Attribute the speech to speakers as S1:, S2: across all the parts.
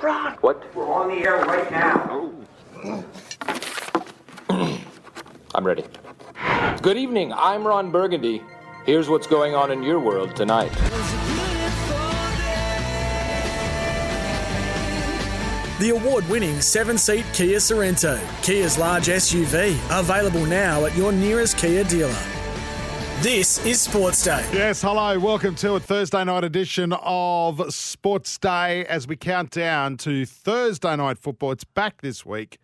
S1: Ron.
S2: What?
S1: We're on the air right now.
S2: I'm ready. Good evening. I'm Ron Burgundy. Here's what's going on in your world tonight.
S3: The award winning seven seat Kia Sorrento, Kia's large SUV, available now at your nearest Kia dealer. This is Sports Day.
S4: Yes, hello. Welcome to a Thursday night edition of Sports Day as we count down to Thursday night football. It's back this week.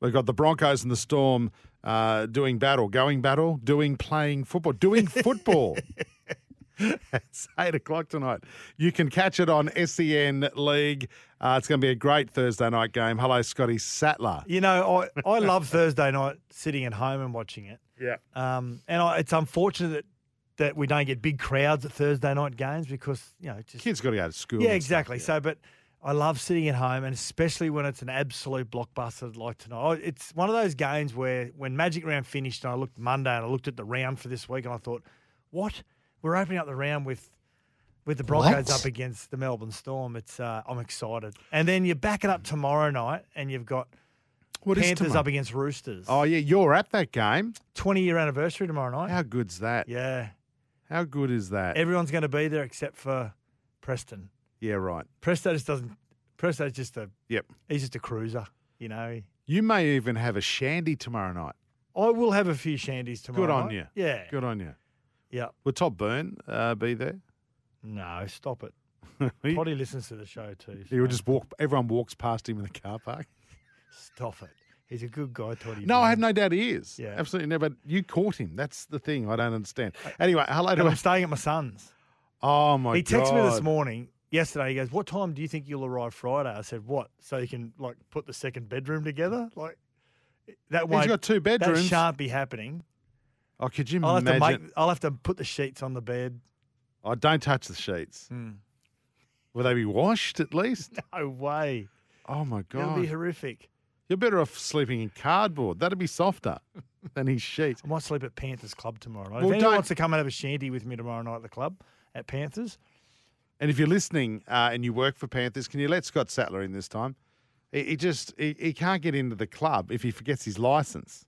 S4: We've got the Broncos and the Storm uh, doing battle, going battle, doing playing football, doing football. it's eight o'clock tonight. You can catch it on SEN League. Uh, it's going to be a great Thursday night game. Hello, Scotty Sattler.
S5: You know, I, I love Thursday night sitting at home and watching it.
S4: Yeah.
S5: Um, and I, it's unfortunate that, that we don't get big crowds at Thursday night games because, you know, it's just.
S4: Kids got to go to school.
S5: yeah,
S4: and stuff.
S5: exactly. So, but I love sitting at home and especially when it's an absolute blockbuster like tonight. I- It's one of those games where when Magic Round finished and I looked Monday and I looked at the round for this week and I thought, what? We're opening up the round with. With the Broncos up against the Melbourne Storm, it's uh, I'm excited. And then you back it up tomorrow night, and you've got
S4: What is
S5: Panthers
S4: tomorrow?
S5: up against Roosters.
S4: Oh, yeah, you're at that game.
S5: 20 year anniversary tomorrow night.
S4: How uh, good's that?
S5: Yeah.
S4: How good is that?
S5: Everyone's going to be there except for Preston.
S4: yeah, right.
S5: Presto just doesn't. Presto's just a.
S4: Yep.
S5: He's just a cruiser, you know.
S4: You may even have a shandy tomorrow night.
S5: I will have a few shandies tomorrow.
S4: Good on
S5: night.
S4: you.
S5: Yeah.
S4: Good on you.
S5: Yeah.
S4: Will Todd Byrne uh, be there?
S5: No, stop it.
S4: he,
S5: Potty listens to the show too.
S4: he will
S5: so
S4: just walk. Everyone walks past him in the car park.
S5: stop it. He's a good guy, Toddy.
S4: No, I have
S5: Byrne.
S4: no doubt he is.
S5: Yeah.
S4: Absolutely never. You caught him. That's the thing. I don't understand. Anyway, hello
S5: And
S4: to
S5: I'm
S4: us.
S5: staying at my son's.
S4: Oh my
S5: he texted me this
S4: God.
S5: morning, yesterday. He goes, "What time do you think you'll arrive Friday?" I said, "What? So you can like put the second bedroom together? Like that
S4: He's
S5: way?
S4: got two bedrooms.
S5: That shan't be happening.
S4: Oh, could you
S5: I'll have
S4: imagine?
S5: to make. I'll have to put the sheets on the bed.
S4: oh, don't touch the sheets.
S5: Hmm.
S4: Will they be washed at least?
S5: No way.
S4: Oh my
S5: It'll be
S4: God.
S5: horrific.
S4: You're better off sleeping in cardboard. That'd be softer than his sheets.
S5: I might sleep at Panthers Club tomorrow night.
S4: Well,
S5: if anyone
S4: don't-
S5: wants to come and have a shanty with me tomorrow night at the club at Panthers,
S4: And if you're listening uh, and you work for Panthers, can you let Scott Sattler in this time? He, he just he, he can't get into the club if he forgets his license.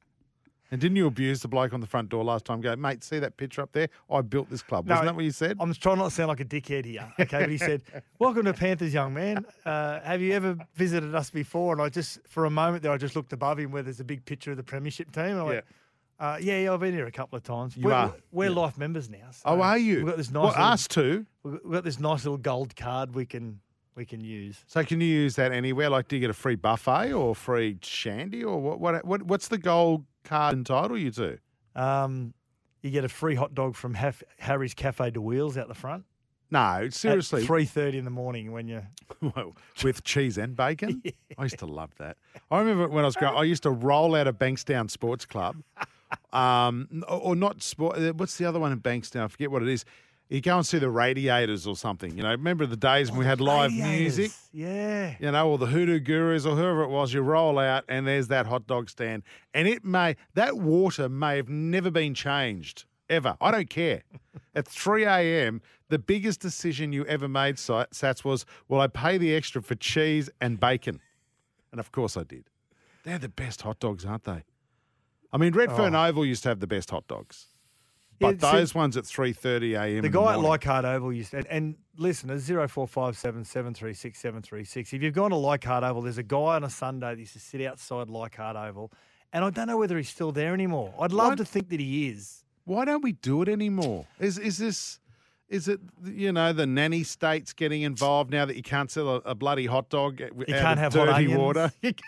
S4: And didn't you abuse the bloke on the front door last time? Go, mate, see that picture up there? I built this club.
S5: No,
S4: Wasn't that what you said?
S5: I'm just trying not to sound like a dickhead here. Okay, but he said, "Welcome to Panthers, young man. Uh, have you ever visited us before?" And I just, for a moment there, I just looked above him where there's a big picture of the Premiership team. And I went, uh, yeah, yeah, I've been here a couple of times.
S4: You
S5: we're
S4: are.
S5: we're life members now. so
S4: oh, are you?
S5: We've got this nice.
S4: Well,
S5: little-
S4: us too.
S5: We've got this nice little gold card we can we can use.
S4: So can you use that anywhere? Like, do you get a free buffet or free shandy or what? What? what what's the gold card entitle you to?
S5: Um, you get a free hot dog from Haf- Harry's Cafe de Wheels out the front.
S4: No, seriously.
S5: three thirty in the morning when you.
S4: Well, with cheese and bacon. I used to love that. I remember when I was growing. I used to roll out of Bankstown Sports Club, um, n- or not sport. uh, What's the other one in Bankstown? I forget what it is. You go and see the Radiators or something. You know, remember the days when we had live music.
S5: Radiators, Yeah.
S4: You know, or the Hoodoo Gurus or whoever it was. You roll out and there's that hot dog stand, and it may that water may have never been changed ever. I don't care. At 3 a.m., the biggest decision you ever made, Si- Sats, was will I pay the extra for cheese and bacon? And of course I did. They're the best hot dogs, aren't they? I mean, Redfern Oval used to have the best hot dogs, but
S5: Oh. Yeah, see,
S4: those ones at 3:30 a.m.
S5: The
S4: in
S5: guy at
S4: morning-
S5: Leichhardt Oval used to, and, and listeners, 0457 736 736. If you've gone to Leichhardt Oval, there's a guy on a Sunday that used to sit outside Leichhardt Oval, and I don't know whether he's still there anymore. I'd love
S4: What?
S5: to think that he is.
S4: why don't we do it anymore? Is is this is it you know the nanny states getting involved now that you can't sell a, a bloody hot dog? You
S5: can't have hot
S4: dirty
S5: onions.
S4: water. You can't-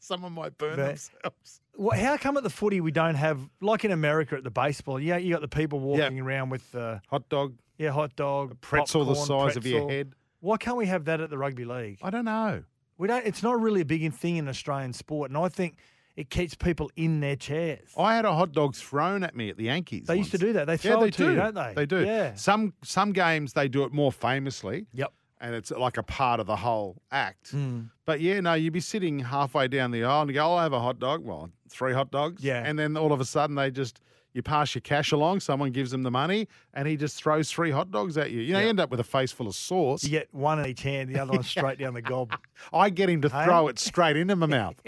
S4: Someone might burn
S5: But-
S4: themselves.
S5: Well, how come at the footy we don't have, like in America at the baseball, yeah, you got the people walking around with uh,
S4: Hot dog
S5: yeah, hot dog,
S4: pretzel the
S5: popcorn,
S4: size of your
S5: pretzel.
S4: head.
S5: Why can't we have that at the rugby league?
S4: I don't know.
S5: We don't. It's not really a big thing in Australian sport, and I think it keeps people in their chairs.
S4: I had a hot dog thrown at me at the Yankees.
S5: They used to
S4: once.
S5: do that. They
S4: yeah,
S5: throw
S4: they
S5: it to
S4: do.
S5: you, don't they?
S4: They do.
S5: Yeah.
S4: Some some games they do it more famously.
S5: Yep.
S4: And it's like a part of the whole act. But yeah, no, you'd be sitting halfway down the aisle and you go, I'll have a hot dog. Well, three hot dogs.
S5: Yeah.
S4: And then all of a sudden they just you pass your cash along, someone gives him the money, and he just throws three hot dogs at you. You know, you end up with a face full of sauce.
S5: You get one in each hand, the other one straight down the gob.
S4: I get him to throw it straight into my mouth.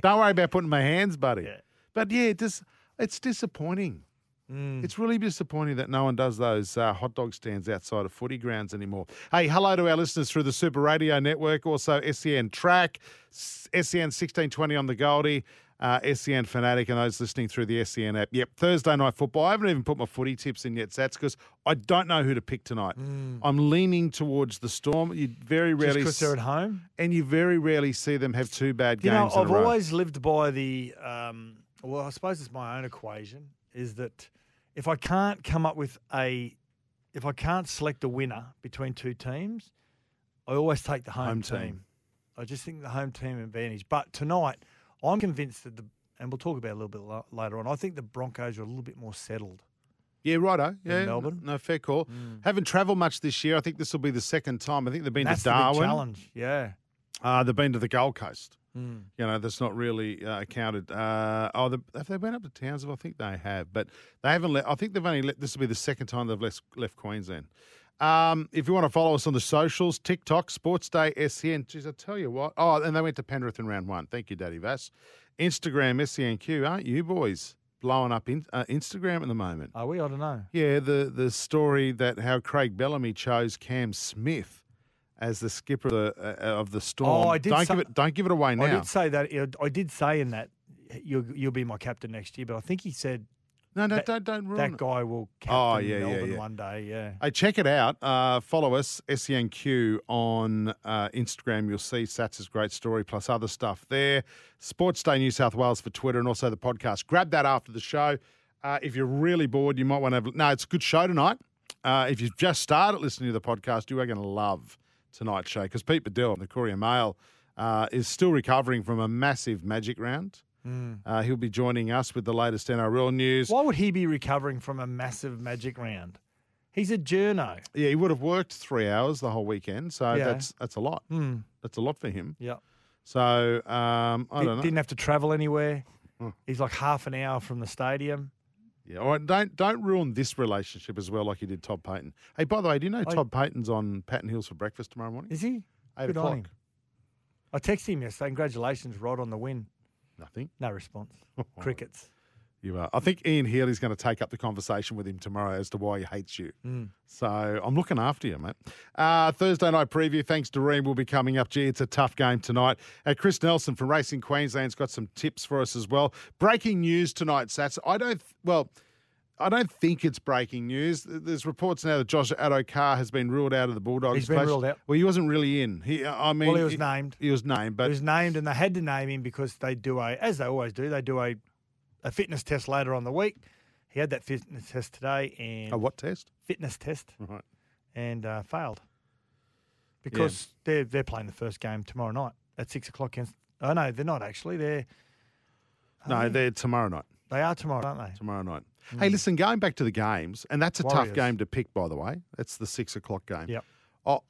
S4: Don't worry about putting my hands, buddy. But yeah, it just it's disappointing.
S5: Mm.
S4: It's really disappointing that no one does those uh, hot dog stands outside of footy grounds anymore. Hey, hello to our listeners through the Super Radio Network, also SEN Track, S- E SEN 1620 on the Goldie, uh, SEN Fanatic, and those listening through the SEN app. Yep, Thursday Night Football. I haven't even put my footy tips in yet, Sats, because I don't know who to pick tonight. I'm leaning towards the Storm. You very
S5: Mm. Just
S4: rarely
S5: because they're at home.
S4: and you very rarely see them have two bad
S5: You know,
S4: games.
S5: I've
S4: in a row.
S5: always lived by the um, well. I suppose it's my own equation is that if I can't come up with a, if I can't select a winner between two teams, I always take the home,
S4: Home
S5: team.
S4: team.
S5: I just think the home team advantage. But tonight, I'm convinced that the and we'll talk about it a little bit la- later on. I think the Broncos are a little bit more settled.
S4: yeah, righto. Yeah, n-
S5: Melbourne. Mm.
S4: No, fair call. Haven't travelled much this year. I think this will be the second time. I think they've been
S5: That's the
S4: to
S5: big
S4: Darwin.
S5: challenge. Yeah,
S4: Uh, they've been to the Gold Coast. You know, that's not really uh, accounted. Uh, oh, the, have they been up to Townsville? I think they have, but they haven't. Let, I think they've only. Let, this will be the second time they've left, left Queensland. Um, if you want to follow us on the socials, TikTok, Sports Day SEN. Geez, I tell you what. Oh, and they went to Penrith in round one. Thank you, Daddy Vass. Instagram SENQ, aren't you boys blowing up in, uh, Instagram at the moment?
S5: are we? I don't know.
S4: Yeah, the the story that how Craig Bellamy chose Cam Smith as the skipper of the, uh, of the storm.
S5: Oh, I did
S4: don't
S5: some-
S4: give it don't give it away
S5: I
S4: now.
S5: did say that. I did say in that you'll you'll be my captain next year. But I think he said
S4: no, no,
S5: that-
S4: don't don't ruin
S5: that
S4: it.
S5: guy will captain
S4: Oh, yeah, yeah,
S5: Melbourne
S4: yeah.
S5: one day. Yeah.
S4: Hey, check it out. Uh, follow us, SENQ, on uh, Instagram. You'll see Sats's great story plus other stuff there. Sports Day New South Wales for Twitter and also the podcast. Grab that after the show. Uh, if you're really bored, you might want to have. No, it's a good show tonight. Uh, if you've just started listening to the podcast, you are going to love tonight's show because Pete Bedell, the Courier Mail, uh, is still recovering from a massive magic round. Uh, he'll be joining us with the latest NRL news.
S5: Why would he be recovering from a massive magic round? He's a journo.
S4: Yeah, he would have worked three hours the whole weekend, so
S5: Yeah. Hmm.
S4: that's that's a lot. That's a lot for him.
S5: Yeah.
S4: So um, I don't know. Mm.
S5: Didn't have to travel anywhere. He's like half an hour from the stadium.
S4: Yeah, all right, don't don't ruin this relationship as well, like you did Todd Payton. Hey, by the way, do you know
S5: I-
S4: Todd Payton's on Patton Hills for breakfast tomorrow morning?
S5: Is he?
S4: Eight
S5: Good on
S4: o'clock.
S5: him. I texted him yesterday. Congratulations, Rod, on the win.
S4: Nothing.
S5: No response. Crickets.
S4: You are. I think Ian Healy's going to take up the conversation with him tomorrow as to why he hates you.
S5: Mm.
S4: So I'm looking after you, mate. Uh, Thursday night preview. Thanks, Doreen. Will be coming up. Gee, it's a tough game tonight. Uh, Chris Nelson from Racing Queensland's got some tips for us as well. Breaking news tonight, Sats. I don't. Well. I don't think it's breaking news. There's reports now that Josh Adokar has been ruled out of the Bulldogs.
S5: He's been
S4: place.
S5: ruled out.
S4: Well, he wasn't really in. He, I mean,
S5: he was named.
S4: He was named,
S5: He
S4: but
S5: was named, and they had to name him because they do a, as they always do, they do a, a fitness test later on the week. He had that fitness test today, and
S4: a what test?
S5: fitness test
S4: Right.
S5: and uh, failed because they're they're playing the first game tomorrow night at six o'clock. Against, oh no, they're not actually. They're Oh,
S4: No, they're tomorrow night.
S5: they are tomorrow, aren't they?
S4: tomorrow night.
S5: Hmm.
S4: Hey, listen, going back to the games, and that's a tough
S5: Warriors.
S4: game to pick, by the way. That's the six o'clock game.
S5: Yep.
S4: Oh,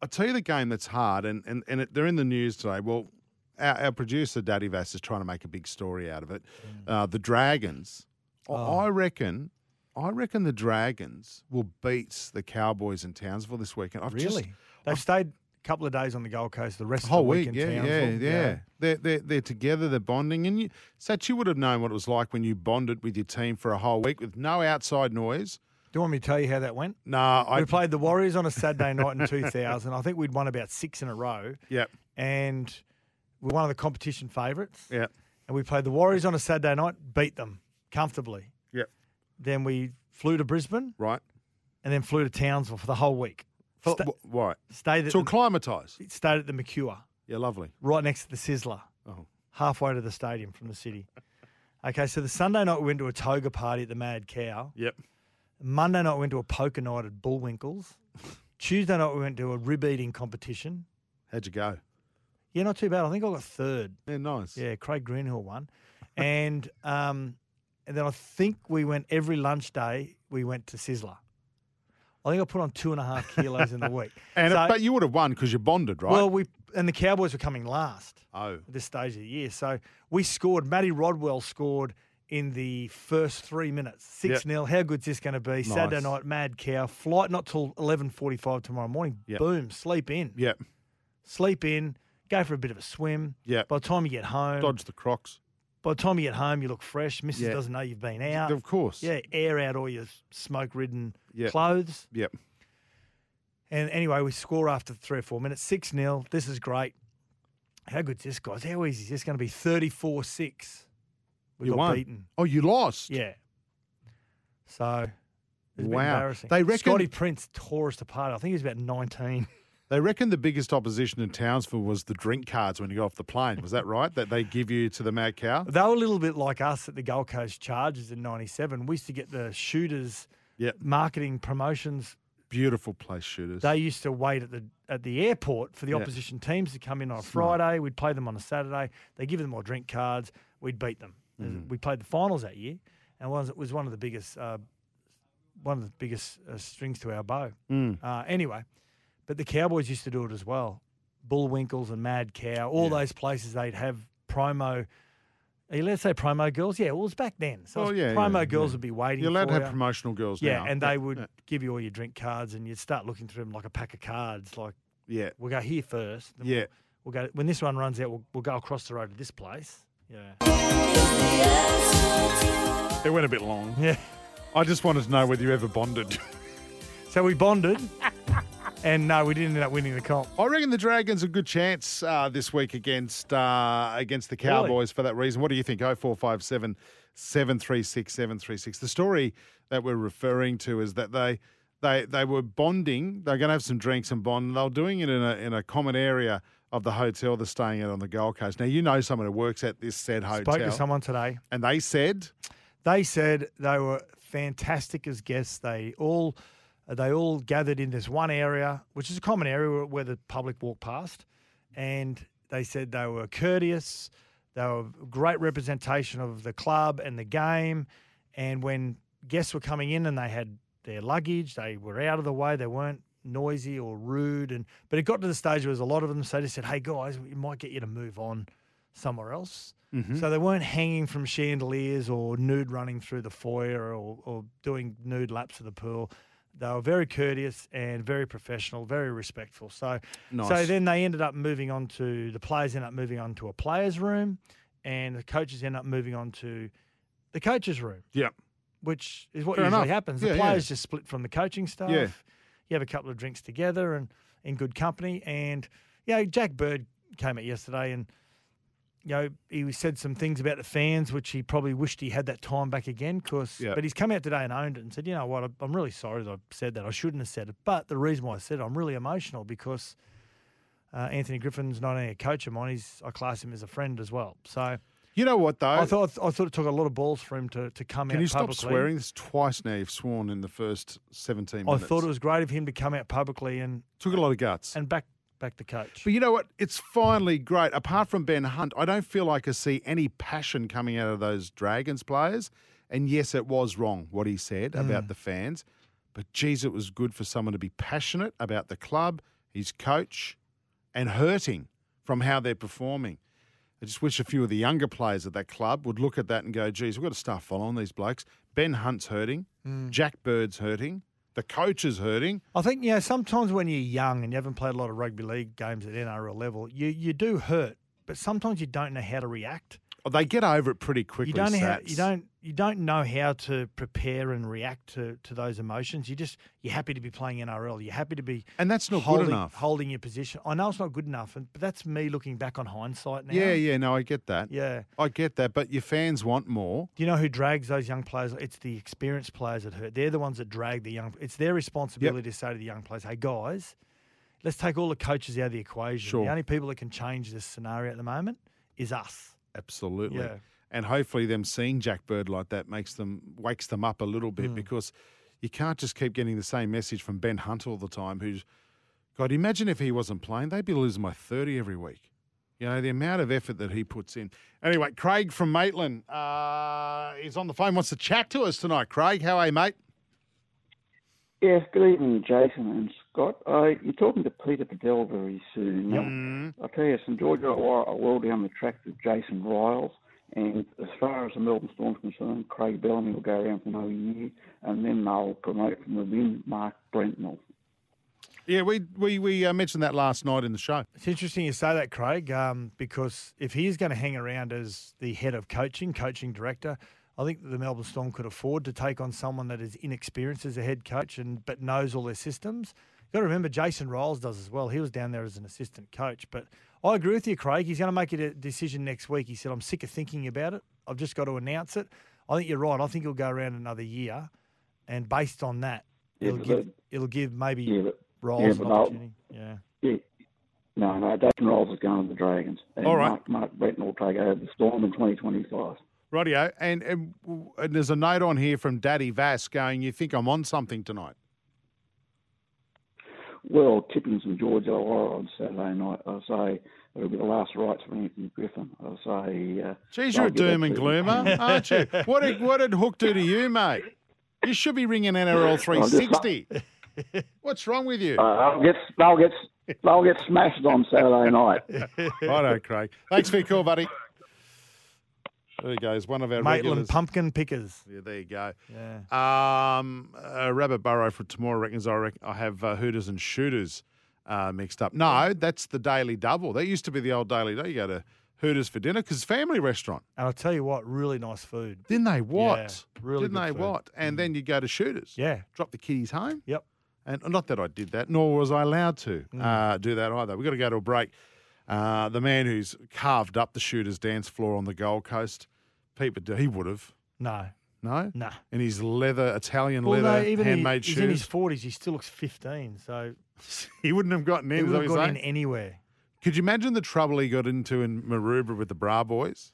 S4: I tell you the game that's hard, and and, and it, they're in the news today. Well, our, our producer Daddy Vass is trying to make a big story out of it.
S5: Hmm.
S4: Uh, the Dragons,
S5: Oh.
S4: I- I reckon. I reckon the Dragons will beat the Cowboys in Townsville this weekend. I've just-
S5: They've stayed a couple of days on the Gold Coast. The rest
S4: whole
S5: of the
S4: week,
S5: week, in
S4: yeah, yeah,
S5: Townsville.
S4: yeah, They're, they're they're together, they're bonding, and you, Sats, you would have known what it was like when you bonded with your team for a whole week with no outside noise.
S5: Do you want me to tell you how that went?
S4: No, I
S5: we played the Warriors on a Saturday night in 2000. I think we'd won about six in a row,
S4: yeah,
S5: and we're one of the competition favourites.
S4: yeah,
S5: And we played the Warriors on a Saturday night, beat them comfortably.
S4: yeah,
S5: Then we flew to Brisbane,
S4: right.
S5: and then flew to Townsville for the whole week.
S4: For,
S5: Sta-
S4: wh- right.
S5: stayed at
S4: To
S5: the-
S4: acclimatise.
S5: It stayed at the McCure,
S4: Yeah, lovely.
S5: right next to the Sizzler,
S4: Oh.
S5: halfway to the stadium from the city. Okay, so the Sunday night we went to a toga party at the Mad Cow.
S4: Yep.
S5: Monday night we went to a poker night at Bullwinkles. Tuesday night we went to a rib eating competition.
S4: How'd you go?
S5: Yeah, not too bad. I think I got third.
S4: Yeah, nice.
S5: Yeah, Craig Greenhill won. And um, and then I think we went every lunch day, we went to Sizzler. I think I put on two and a half kilos in the week.
S4: And
S5: So-
S4: but you would have won because you bonded, right?
S5: well, we and the Cowboys were coming last
S4: oh,
S5: at this stage of the year. So we scored. Matty Rodwell scored in the first three minutes, six
S4: Yep.
S5: 0 How good's this going to be? Saturday
S4: Nice.
S5: night, mad cow. Flight not till eleven forty-five tomorrow morning.
S4: Yep.
S5: Boom, sleep in,
S4: yeah.
S5: sleep in. Go for a bit of a swim.
S4: Yep.
S5: By the time you get home,
S4: Dodge the Crocs.
S5: by the time you get home, you look fresh. Mrs.
S4: Yeah.
S5: doesn't know you've been out.
S4: Of course.
S5: Yeah, air out all your smoke-ridden
S4: Yep.
S5: clothes.
S4: Yep.
S5: And anyway, we score after three or four minutes, 6 0. This is great. How good's this, guys? How easy is this going to be? 34 6. We
S4: you
S5: got
S4: won.
S5: beaten.
S4: Oh, you lost.
S5: Yeah. So, it was a bit
S4: Wow.
S5: embarrassing.
S4: They reckon-
S5: Scotty Prince tore us apart. I think he was about 19.
S4: They reckon the biggest opposition in Townsville was the drink cards when you got off the plane. Was that right? that they give you to the Mad Cow?
S5: They were a little bit like us at the Gold Coast Chargers in 97. We used to get the shooters'
S4: Yeah.
S5: marketing promotions
S4: Beautiful place, shooters.
S5: They used to wait at the at the airport for the
S4: Yeah.
S5: opposition teams to come in on a
S4: Smart.
S5: Friday. We'd play them on a Saturday. They give them all drink cards. We'd beat them.
S4: Mm.
S5: We played the finals that year, and was, it was one of the biggest uh, one of the biggest uh, strings to our bow.
S4: Mm.
S5: Uh, anyway, but the Cowboys used to do it as well. Bullwinkles and Mad Cow, all those places they'd have promo. eh, Let's say promo girls. Yeah, well, it was back then. So
S4: Oh,
S5: it's
S4: yeah,
S5: promo
S4: yeah,
S5: girls
S4: yeah.
S5: would be waiting.
S4: You're
S5: for
S4: allowed to have
S5: ya.
S4: promotional girls
S5: Yeah,
S4: now.
S5: and they would
S4: Yeah.
S5: give you all your drink cards, and you'd start looking through them like a pack of cards. Like
S4: yeah.
S5: we'll go here first. then
S4: Yeah.
S5: We'll, we'll go when this one runs out. We'll, we'll go across the road to this place. Yeah.
S4: It went a bit long.
S5: Yeah.
S4: I just wanted to know whether you ever bonded.
S5: So we bonded, and no, we didn't end up winning the comp.
S4: I reckon the Dragons a good chance uh, this week against uh, against the Cowboys for that reason. What do you think? Oh four five seven seven three six seven three six. The story that we're referring to is that they they they were bonding. They're going to have some drinks and bond. And they were doing it in a in a common area of the hotel they're staying at on the Gold Coast. Now you know someone who works at this said hotel,
S5: Spoke to someone today.
S4: and they said
S5: They said they were fantastic as guests. They all they all gathered in this one area, which is a common area where, where the public walk past, and they said they were courteous. They were a great representation of the club and the game. And when guests were coming in and they had their luggage, they were out of the way. They weren't noisy or rude. And but it got to the stage where there was a lot of them. So they just said, "Hey guys, we might get you to move on somewhere else." So they weren't hanging from chandeliers or nude running through the foyer or, or doing nude laps of the pool. They were very courteous and very professional, very respectful. So, so
S4: Nice.
S5: then they ended up moving on to the players ended up moving on to a players' room, and the coaches ended up moving on to the coaches' room
S4: yeah.
S5: which is what
S4: Fair
S5: usually
S4: enough.
S5: happens.
S4: Yeah,
S5: the
S4: yeah.
S5: players just split from the coaching staff.
S4: Yeah.
S5: You have a couple of drinks together and in good company. And yeah, Jack Bird came out yesterday and you know he said some things about the fans, which he probably wished he had that time back again. Cause
S4: Yeah.
S5: but he's come out today and owned it and said, you know what, I- I'm really sorry that I said that. I shouldn't have said it. But the reason why I said it, I'm really emotional because. Uh, Anthony Griffin's not only a coach of mine; he's I class him as a friend as well. So
S4: You know what though?
S5: I thought I thought it took a lot of balls for him to, to come
S4: Oh. Can
S5: out.
S4: you stop
S5: publicly.
S4: swearing? This is twice now you've sworn in the first seventeen
S5: I
S4: minutes.
S5: thought it was great of him to come out publicly and,
S4: took a lot of guts.
S5: and back back the coach.
S4: But you know what? It's finally great. Apart from Ben Hunt, I don't feel I could see any passion coming out of those Dragons players. And yes, it was wrong what he said about
S5: Mm.
S4: the fans. But geez, it was good for someone to be passionate about the club, his coach, and hurting from how they're performing. I just wish a few of the younger players at that club would look at that and go, geez, we've got to start following these blokes. Ben Hunt's hurting.
S5: Mm.
S4: Jack Bird's hurting. The coach is hurting.
S5: I think you know sometimes when you're young and you haven't played a lot of rugby league games at NRL level, you you do hurt, but sometimes you don't know how to react.
S4: Oh, They get over it pretty quickly.
S5: You don't know how,
S4: Sats.
S5: you don't you don't know how to prepare and react to, to those emotions. You just you're happy to be playing NRL. You're happy to be
S4: And that's not good
S5: holding,
S4: enough.
S5: holding your position. I know it's not good enough, and, but that's me looking back on hindsight now.
S4: Yeah, yeah, no, I get that.
S5: yeah.
S4: I get that, but your fans want more.
S5: Do you know who drags those young players? It's the experienced players that hurt. They're the ones that drag the young. It's their responsibility to say to the young players, "Hey guys, let's take all the coaches out of the equation.
S4: Sure.
S5: The only people that can change this scenario at the moment is us."
S4: Absolutely.
S5: Yeah.
S4: And hopefully them seeing Jack Bird like that makes them wakes them up a little
S5: Mm.
S4: bit because you can't just keep getting the same message from Ben Hunt all the time who's God, imagine if he wasn't playing, they'd be losing by 30 every week. You know, the amount of effort that he puts in. Anyway, Craig from Maitland uh, is on the phone, wants to chat to us tonight. Craig, how are you, mate?
S6: Yes, good evening, Jason and Scott. Uh, you're talking to Peter Bedell very soon.
S4: Mm-hmm.
S6: I'll tell you, St George are well down the track with Jason Riles. And as far as the Melbourne Storm's concerned, Craig Bellamy will go around for another year, and then they'll promote from within Mark Brentnell.
S4: Yeah, we we, we uh, mentioned that last night in the show.
S5: It's interesting you say that, Craig, um, because if he is going to hang around as the head of coaching, coaching director, I think the Melbourne Storm could afford to take on someone that is inexperienced as a head coach and but knows all their systems. You've got to remember, Jason Riles does as well. He was down there as an assistant coach. But I agree with you, Craig. He's going to make a de- decision next week. He said, I'm sick of thinking about it. I've just got to announce it. I think you're right. I think he'll go around another year. And based on that,
S6: Yeah,
S5: it'll,
S6: but
S5: give,
S6: that-
S5: it'll give maybe
S6: Yeah, but
S5: Riles
S6: yeah,
S5: an
S6: but I'll-
S5: opportunity. Yeah.
S6: yeah, no, no, Jason Riles is going to the Dragons, and
S4: All right.
S6: Mark, Mark Brentnell will take over the Storm in 2025.
S4: Radio, and, and and there's a note on here from Daddy Vass going, "You think I'm on something tonight?"
S6: Well, tipping some George Illawarra on Saturday night. I say it'll be the last rites for Anthony Griffin. I say. Uh,
S4: Geez, you're a
S6: they'll
S7: Oh,
S6: get
S4: doom
S6: that
S4: and
S6: to-
S4: gloomer, aren't you? What did what did Hook do to you, mate? You should be ringing NRL 360. What's wrong with you?
S6: Uh, I'll get, they'll get, they'll get smashed on Saturday night.
S4: Righto, Craig. Thanks for your call, buddy. There he goes, one of our regulars.
S5: Maitland pumpkin pickers.
S4: Yeah, there you go.
S5: Yeah.
S4: Um, uh, Rabbit Burrow for tomorrow reckons I reckon I have uh, Hooters and Shooters uh, mixed up. No, that's the Daily Double. That used to be the old Daily Double. You go to Hooters for dinner because family restaurant.
S5: And I'll tell you what, really nice food.
S4: Didn't they what?
S5: Yeah, really
S4: Didn't
S5: good
S4: they
S5: food. Mm.
S4: what? And then you go to Shooters.
S5: Yeah.
S4: Drop the kiddies home.
S5: Yep.
S4: And oh, not that I did that, nor was I allowed to
S5: Mm.
S4: uh, do that either. We've got to go to a break. Uh, the man who's carved up the Shooters dance floor on the Gold Coast, Pete, Bedell- he would have.
S5: No.
S4: No?
S5: Nah.
S4: In his leather, Italian
S5: Although
S4: leather,
S5: even he-
S4: handmade
S5: he's
S4: shoes.
S5: in his forties, he still looks fifteen. So
S4: He wouldn't have gotten
S5: he
S4: in. Is
S5: would
S4: that
S5: have
S4: what
S5: gone in
S4: you're saying?
S5: anywhere.
S4: Could you imagine the trouble he got into in Maroubra with the Bra Boys?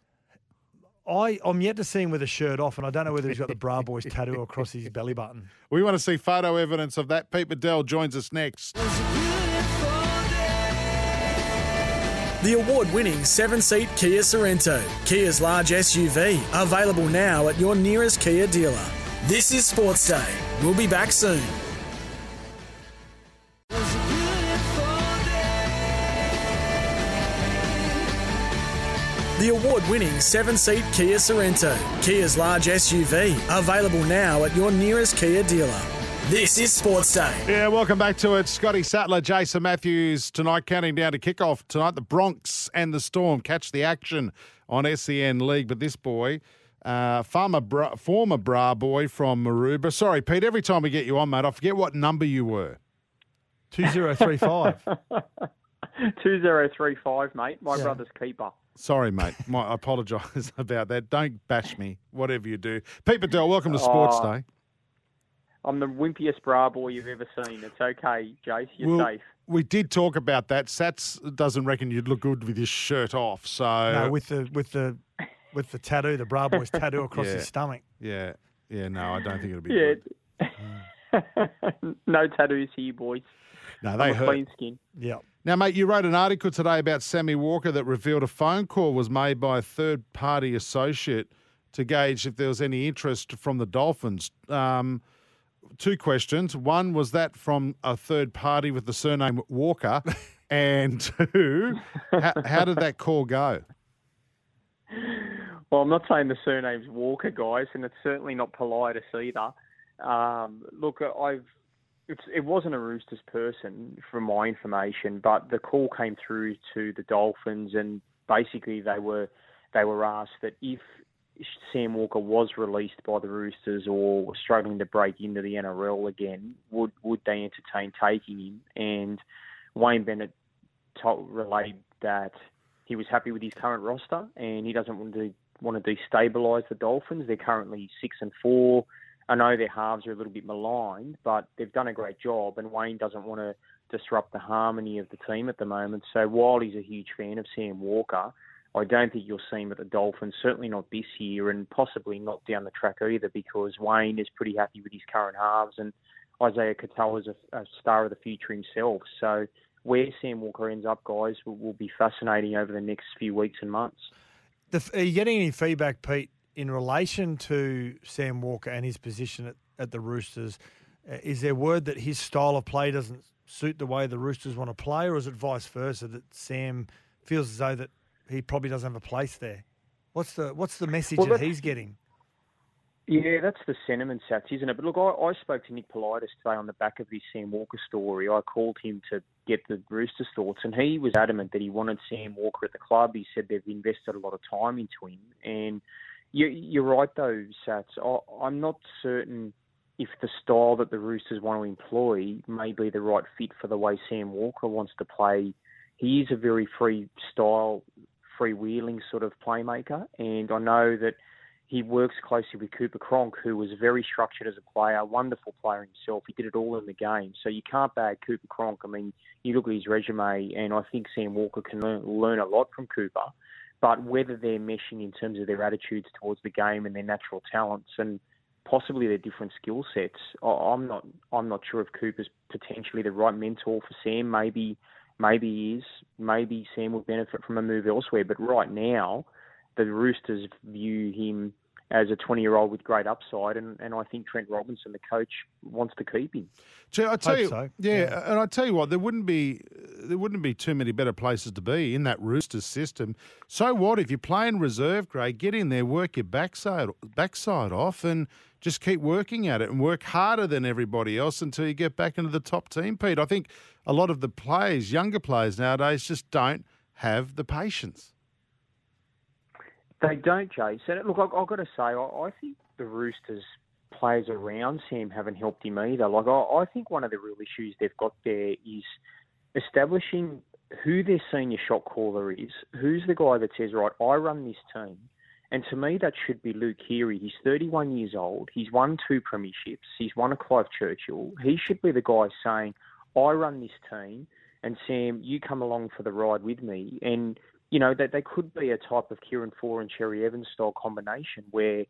S5: I, I'm yet to see him with a shirt off, and I don't know whether he's got the bra boys tattoo across his belly button.
S4: We want to see photo evidence of that. Pete Bedell joins us next.
S3: The award winning seven seat Kia Sorrento, Kia's large SUV, available now at your nearest Kia dealer. This is Sports Day. We'll be back soon. The award winning seven seat Kia Sorrento, Kia's large SUV, available now at your nearest Kia dealer. This is Sports Day.
S4: Yeah, welcome back to it. Scotty Sattler, Jason Matthews tonight, counting down to kickoff tonight. The Bronx and the Storm catch the action on SEN League. But this boy, uh, farmer bra, former bra boy from Maroubra. Sorry, Pete, every time we get you on, mate, I forget what number you were.
S5: Two zero three five.
S8: 2035, mate. My brother's keeper.
S4: Sorry, mate. My, I apologise about that. Don't bash me, whatever you do. Pete Bedell, welcome to Sports
S8: Oh,
S4: Day.
S8: I'm the wimpiest bra boy you've ever seen. It's okay, Jace. You're
S4: Well,
S8: safe.
S4: We did talk about that. Sats doesn't reckon you'd look good with your shirt off. So
S5: no, with the with the with the tattoo, the bra boys tattoo across
S4: Yeah.
S5: his stomach.
S4: yeah, yeah. No, I don't think it'll be
S8: Yeah.
S4: good.
S8: no tattoos here, boys.
S4: No, Mm. they
S8: I'm a
S4: hurt.
S8: clean skin.
S5: Yeah.
S4: Now, mate, you wrote an article today about Sammy Walker that revealed a phone call was made by a third-party associate to gauge if there was any interest from the Dolphins. Um, two questions: one was that from a third party with the surname Walker, and two, how, how did that call go?
S8: Well, I'm not saying the surname's Walker, guys, and it's certainly not Politis either. Um, look, I've it's, it wasn't a Roosters person, from my information, but the call came through to the Dolphins, and basically they were they were asked that if Sam Walker was released by the Roosters or was struggling to break into the NRL again, would would they entertain taking him? And Wayne Bennett told, relayed that he was happy with his current roster and he doesn't want to want to destabilise the Dolphins. They're currently six and four. I know their halves are a little bit maligned, but they've done a great job, and Wayne doesn't want to disrupt the harmony of the team at the moment. So while he's a huge fan of Sam Walker, I don't think you'll see him at the Dolphins, certainly not this year, and possibly not down the track either, because Wayne is pretty happy with his current halves, and Isaiah Katoa is a, a star of the future himself. So where Sam Walker ends up, guys, will, will be fascinating over the next few weeks and months.
S5: The, f- are you getting any feedback, Pete, in relation to Sam Walker and his position at, at the Roosters? Uh, Is there word that his style of play doesn't suit the way the Roosters want to play, or is it vice versa that Sam feels as though that he probably doesn't have a place there? What's the what's the message
S8: Well,
S5: that
S8: that's-
S5: he's getting?
S8: Yeah, that's the sentiment, Sats, isn't it? But look, I, I spoke to Nick Politis today on the back of this Sam Walker story. I called him to get the Roosters' thoughts, and he was adamant that he wanted Sam Walker at the club. He said they've invested a lot of time into him. And you, you're right, though, Sats. I, I'm not certain if the style that the Roosters want to employ may be the right fit for the way Sam Walker wants to play. He is a very free style, freewheeling sort of playmaker, and I know that he works closely with Cooper Cronk, who was very structured as a player, a wonderful player himself. He did it all in the game. So you can't bag Cooper Cronk. I mean, you look at his resume, and I think Sam Walker can learn, learn a lot from Cooper. But whether they're meshing in terms of their attitudes towards the game and their natural talents and possibly their different skill sets, I- I'm not I'm not sure if Cooper's potentially the right mentor for Sam. Maybe maybe he is. Maybe Sam would benefit from a move elsewhere. But right now, the Roosters view him as a 20 year old with great upside, and, and I think Trent Robinson, the coach, wants to keep him.
S4: Gee, I tell
S5: Hope
S4: you,
S5: so.
S4: yeah, and I tell you what, there wouldn't be there wouldn't be too many better places to be in that Roosters system. So what if you play in reserve grade? Get in there, work your backside backside off, and just keep working at it and work harder than everybody else until you get back into the top team, Pete. I think a lot of the players, younger players nowadays, just don't have the patience.
S8: They don't, Jay. So look, I, I've got to say, I, I think the Roosters players around Sam haven't helped him either. Like, I, I think one of the real issues they've got there is establishing who their senior shot caller is. Who's the guy that says, right, I run this team. And to me, that should be Luke Heary. He's 31 years old. He's won two premierships. He's won a Clive Churchill. He should be the guy saying, I run this team, and Sam, you come along for the ride with me. And, you know, that they could be a type of Kieran Four and Sherry Evans style combination where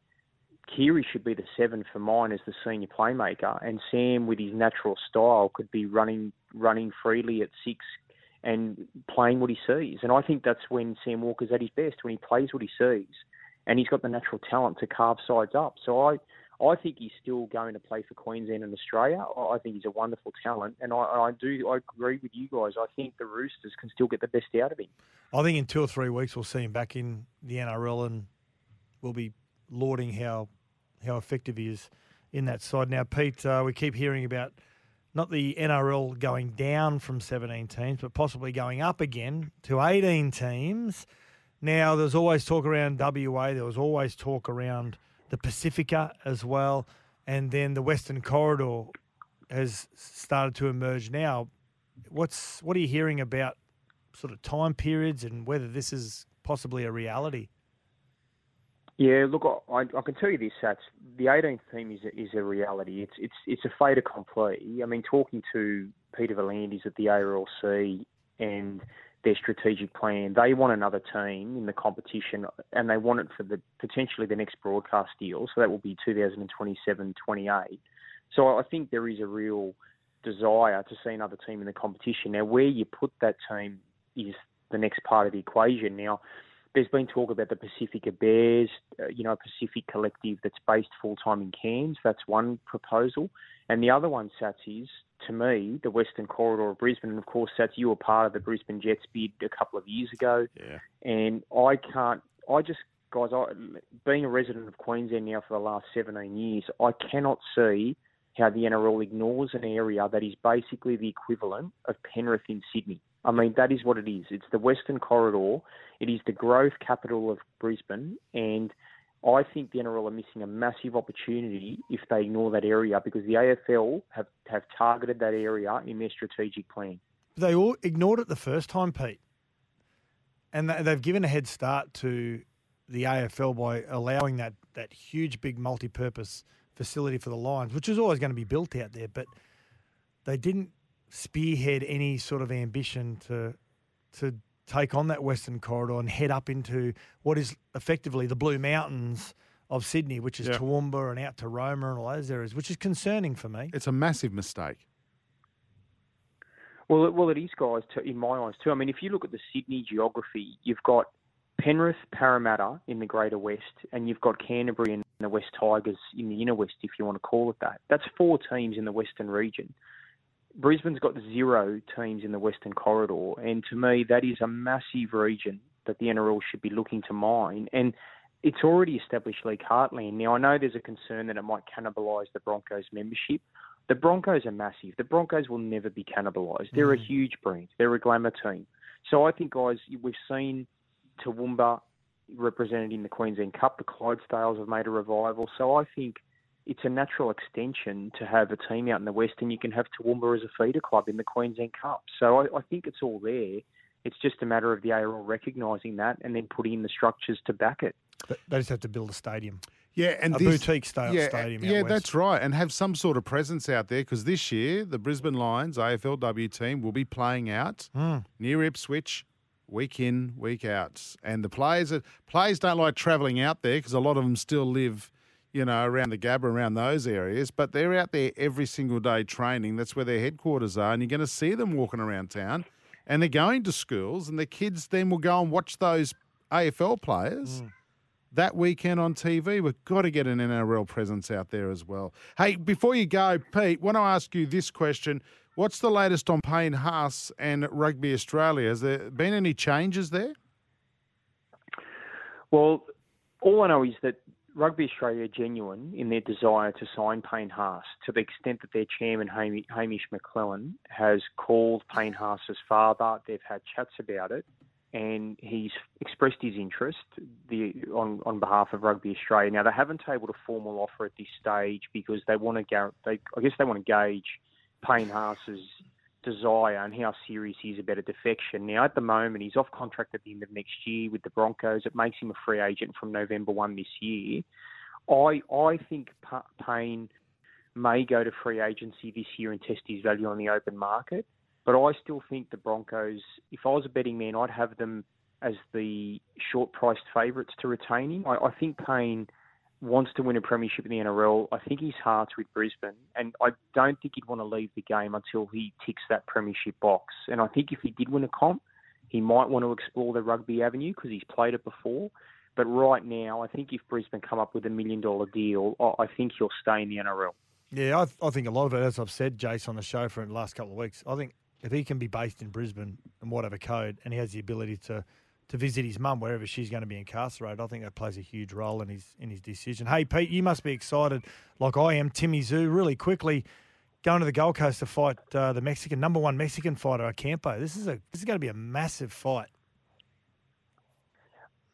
S8: Kiri should be the seven for mine as the senior playmaker, and Sam with his natural style could be running running freely at six and playing what he sees. And I think that's when Sam Walker's at his best when he plays what he sees, and he's got the natural talent to carve sides up. So I. I think he's still going to play for Queensland and Australia. I I think he's a wonderful talent, and I, I do I agree with you guys. I think the Roosters can still get the best out of him.
S5: I think in two or three weeks we'll see him back in the NRL and we'll be lauding how how effective he is in that side. Now, Pete, uh, we keep hearing about not the NRL going down from 17 teams, but possibly going up again to 18 teams. Now, there's always talk around WA. There was always talk around the Pacifica as well, and then the Western Corridor has started to emerge now. What's what are you hearing about sort of time periods and whether this is possibly a reality.
S8: Yeah, look, I, I can tell you this, Sats. The 18th team is a, is a reality. It's it's it's a fait accompli. I mean, talking to Peter Valandis at the ARLC and their strategic plan, they want another team in the competition, and they want it for the potentially the next broadcast deal. So that will be 2027-28. So I think there is a real desire to see another team in the competition. Now, where you put that team is the next part of the equation. Now, there's been talk about the Pacifica Bears, uh, you know, a Pacific collective that's based full time in Cairns. That's one proposal. And the other one, Sats, is to me, the Western Corridor of Brisbane. And of course, Sats, you were part of the Brisbane Jets bid a couple of years ago. Yeah. And I can't, I just, guys, I, being a resident of Queensland now for the last 17 years, I cannot see how the NRL ignores an area that is basically the equivalent of Penrith in Sydney. I mean, that is what it is. It's the Western Corridor. It is the growth capital of Brisbane. And I think the NRL are missing a massive opportunity if they ignore that area because the AFL have, have targeted that area in their strategic plan.
S5: They all ignored it the first time, Pete. And they- they've given a head start to the AFL by allowing that, that huge, big multi purpose facility for the Lions, which is always going to be built out there. But they didn't spearhead any sort of ambition to to take on that Western Corridor and head up into what is effectively the Blue Mountains of Sydney, which is
S4: Yeah.
S5: Toowoomba and out to Roma and all those areas, which is concerning for me.
S4: It's a massive mistake.
S8: Well, it, well, it is, guys. To, in my eyes, too. I mean, if you look at the Sydney geography, you've got Penrith, Parramatta in the Greater West, and you've got Canterbury and the West Tigers in the Inner West, if you want to call it that. That's four teams in the Western region. Brisbane's got zero teams in the Western Corridor, and to me, that is a massive region that the NRL should be looking to mine. And it's already established league heartland. Now, I know there's a concern that it might cannibalise the Broncos' membership. The Broncos are massive. The Broncos will never be cannibalised. They're a huge brand. They're a glamour team. So I think, guys, we've seen Toowoomba represented in the Queensland Cup. The Clydesdales have made a revival. So I think it's a natural extension to have a team out in the West, and you can have Toowoomba as a feeder club in the Queensland Cup. So I, I think it's all there. It's just a matter of the ARL recognising that and then putting in the structures to back it.
S5: They- They just have to build a stadium.
S4: Yeah, and
S5: A
S4: this,
S5: boutique style
S4: yeah,
S5: stadium out
S4: Yeah,
S5: west.
S4: that's right, and have some sort of presence out there because this year the Brisbane Lions AFLW team will be playing out
S5: Hmm.
S4: near Ipswich, week in, week out, and the players are- players don't like travelling out there because a lot of them still live, you know, around the Gabba, around those areas, but they're out there every single day training. That's where their headquarters are, and you're going to see them walking around town, and they're going to schools, and the kids then will go and watch those AFL players that weekend on TV. We've got to get an NRL presence out there as well. Hey, before you go, Pete, want to ask you this question. What's the latest on Payne Haas and Rugby Australia? Has there been any changes there?
S8: Well, all I know is that Rugby Australia are genuine in their desire to sign Payne Haas to the extent that their chairman, Ham- Hamish McClellan, has called Payne Haas's father. They've had chats about it, and he's expressed his interest the, on, on behalf of Rugby Australia. Now, they haven't tabled a formal offer at this stage because they want to, gar- they, I guess, they want to gauge Payne Haas's desire and how serious he is about a defection. Now, at the moment, he's off contract at the end of next year with the Broncos. It makes him a free agent from November 1 this year. I I think Pa- Payne may go to free agency this year and test his value on the open market, but I still think the Broncos, if I was a betting man, I'd have them as the short priced favourites to retain him. I, I think Payne wants to win a premiership in the NRL. I think his heart's with Brisbane, and I don't think he'd want to leave the game until he ticks that premiership box. And I think if he did win a comp, he might want to explore the rugby avenue because he's played it before. But right now, I think if Brisbane come up with a million dollar deal, I- I think he'll stay in the NRL.
S5: Yeah, I, th- I think a lot of it, as I've said, Jace, on the show for the last couple of weeks, I think if he can be based in Brisbane and whatever code, and he has the ability to, to visit his mum wherever she's going to be incarcerated, I think that plays a huge role in his in his decision. Hey, Pete, you must be excited, like I am. Timmy Zoo, really quickly, going to the Gold Coast to fight uh, the Mexican number one Mexican fighter, Acampo. This is a this is going to be a massive fight.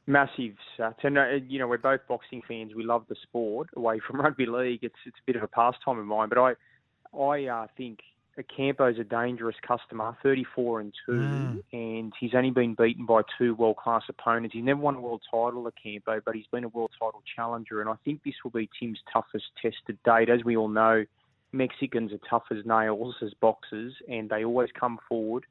S8: Massive, Sats. And, uh, you know, we're both boxing fans. We love the sport away from rugby league. It's it's a bit of a pastime of mine. But I I uh, think Acampo's a dangerous customer, 34 and 2, and he's only been beaten by two world class opponents. He's never won a world title, Acampo, but he's been a world title challenger. And I think this will be Tim's toughest test to date. As we all know, Mexicans are tough as nails as boxers, and they always come forward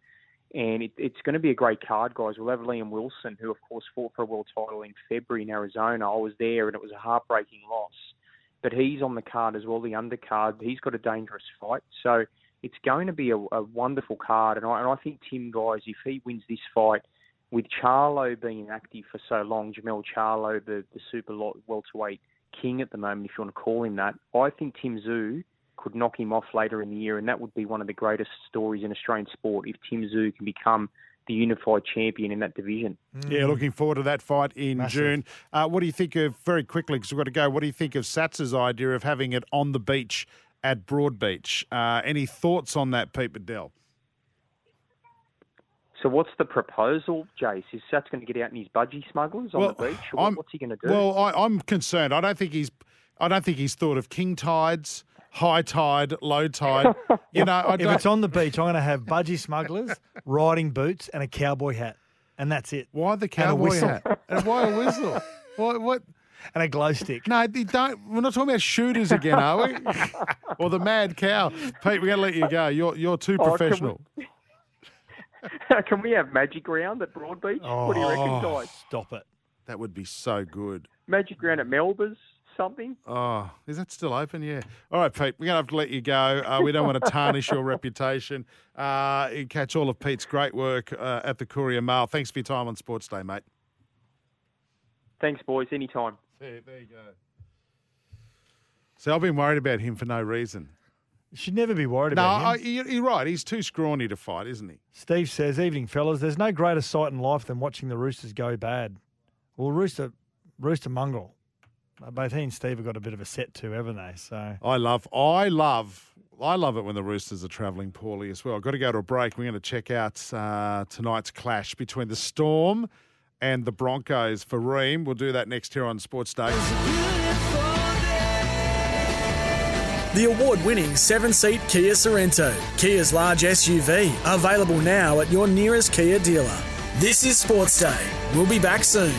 S8: and it, it's going to be a great card, guys. We'll have Liam Wilson, who of course fought for a world title in February in Arizona. I was there, and it was a heartbreaking loss. But he's on the card as well, the undercard. He's got a dangerous fight, so it's going to be a, a wonderful card. And I, and I think Tim, guys, if he wins this fight, with Charlo being inactive for so long, Jamel Charlo, the the super lo- welterweight king at the moment, if you want to call him that, I think Tim Zoo could knock him off later in the year, and that would be one of the greatest stories in Australian sport if Tim Zoo can become the unified champion in that division.
S4: Yeah, looking forward to that fight in
S5: Hmm. Massive.
S4: June. Uh, what do you think of, very quickly, because we've got to go, what do you think of Sats's idea of having it on the beach at Broadbeach? Uh, any thoughts on that, Pete Bedell?
S8: So, what's the proposal, Jace? Is Sats going to get out in his budgie smugglers on the beach? Or
S4: I'm-
S8: what's he going to do?
S4: Well, I, I'm concerned. I don't think he's. I don't think he's thought of king tides, high tide, low tide. You know, I
S5: If
S4: don't,
S5: it's on the beach, I'm going to have budgie smugglers, riding boots, and a cowboy hat, and that's it,
S4: why the
S5: a
S4: cowboy
S5: whistle.
S4: hat? And why a whistle? what? What?
S5: and a glow stick.
S4: No, they don't. We're not talking about shooters again, are we? or the mad cow, Pete? We got to let you go. You're you're too
S8: Oh, can we-
S4: professional.
S8: can we have Magic Round at
S4: Oh.
S8: Broadbeach? what do you reckon, guys?
S5: Oh, Stop it.
S4: That would be so good.
S8: Magic Round at Melbourne's? something?
S4: Oh, is that still open? Yeah. All right, Pete, we're going to have to let you go. Uh, we don't want to tarnish your reputation. Uh, you catch all of Pete's great work uh, at the Courier Mail. Thanks for your time on Sports Day, mate.
S8: Thanks, boys. Anytime.
S4: There, there you go. So I've been worried about him for no reason.
S5: You should never be worried
S4: No,
S5: about him.
S4: I, you- you're right. He's too scrawny to fight, isn't he?
S5: Steve says, "Evening, fellas. There's no greater sight in life than watching the Roosters go bad." Well, Rooster, Rooster Mungrel, Uh, both he and Steve have got a bit of a set too, haven't they? So
S4: I love, I love, I love it when the Roosters are travelling poorly as well. I've got to go to a break. We're going to check out uh, tonight's clash between the Storm and the Broncos for Ream. We'll do that next here on Sports Day.
S3: The award winning seven seat Kia Sorrento, Kia's large SUV, available now at your nearest Kia dealer. This is Sports Day. We'll be back soon.